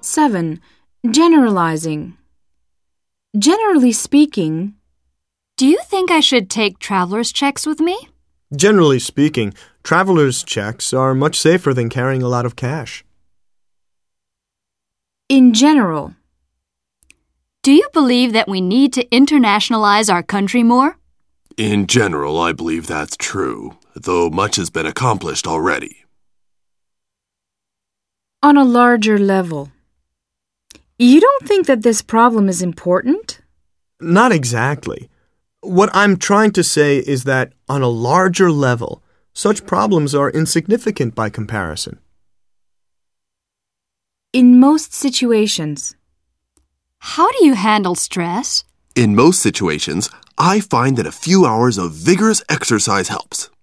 7. Generalizing. Generally speaking, Do you think I should take traveler's checks with me? Generally speaking, travelers' checks are much safer than carrying a lot of cash. in general, Do you believe that we need to internationalize our country more? In general, I believe that's true, though much has been accomplished already. on a larger level. You don't think that this problem is important? Not exactly. What I'm trying to say is that, on a larger level, such problems are insignificant by comparison. In most situations, How do you handle stress? In most situations, I find that a few hours of vigorous exercise helps.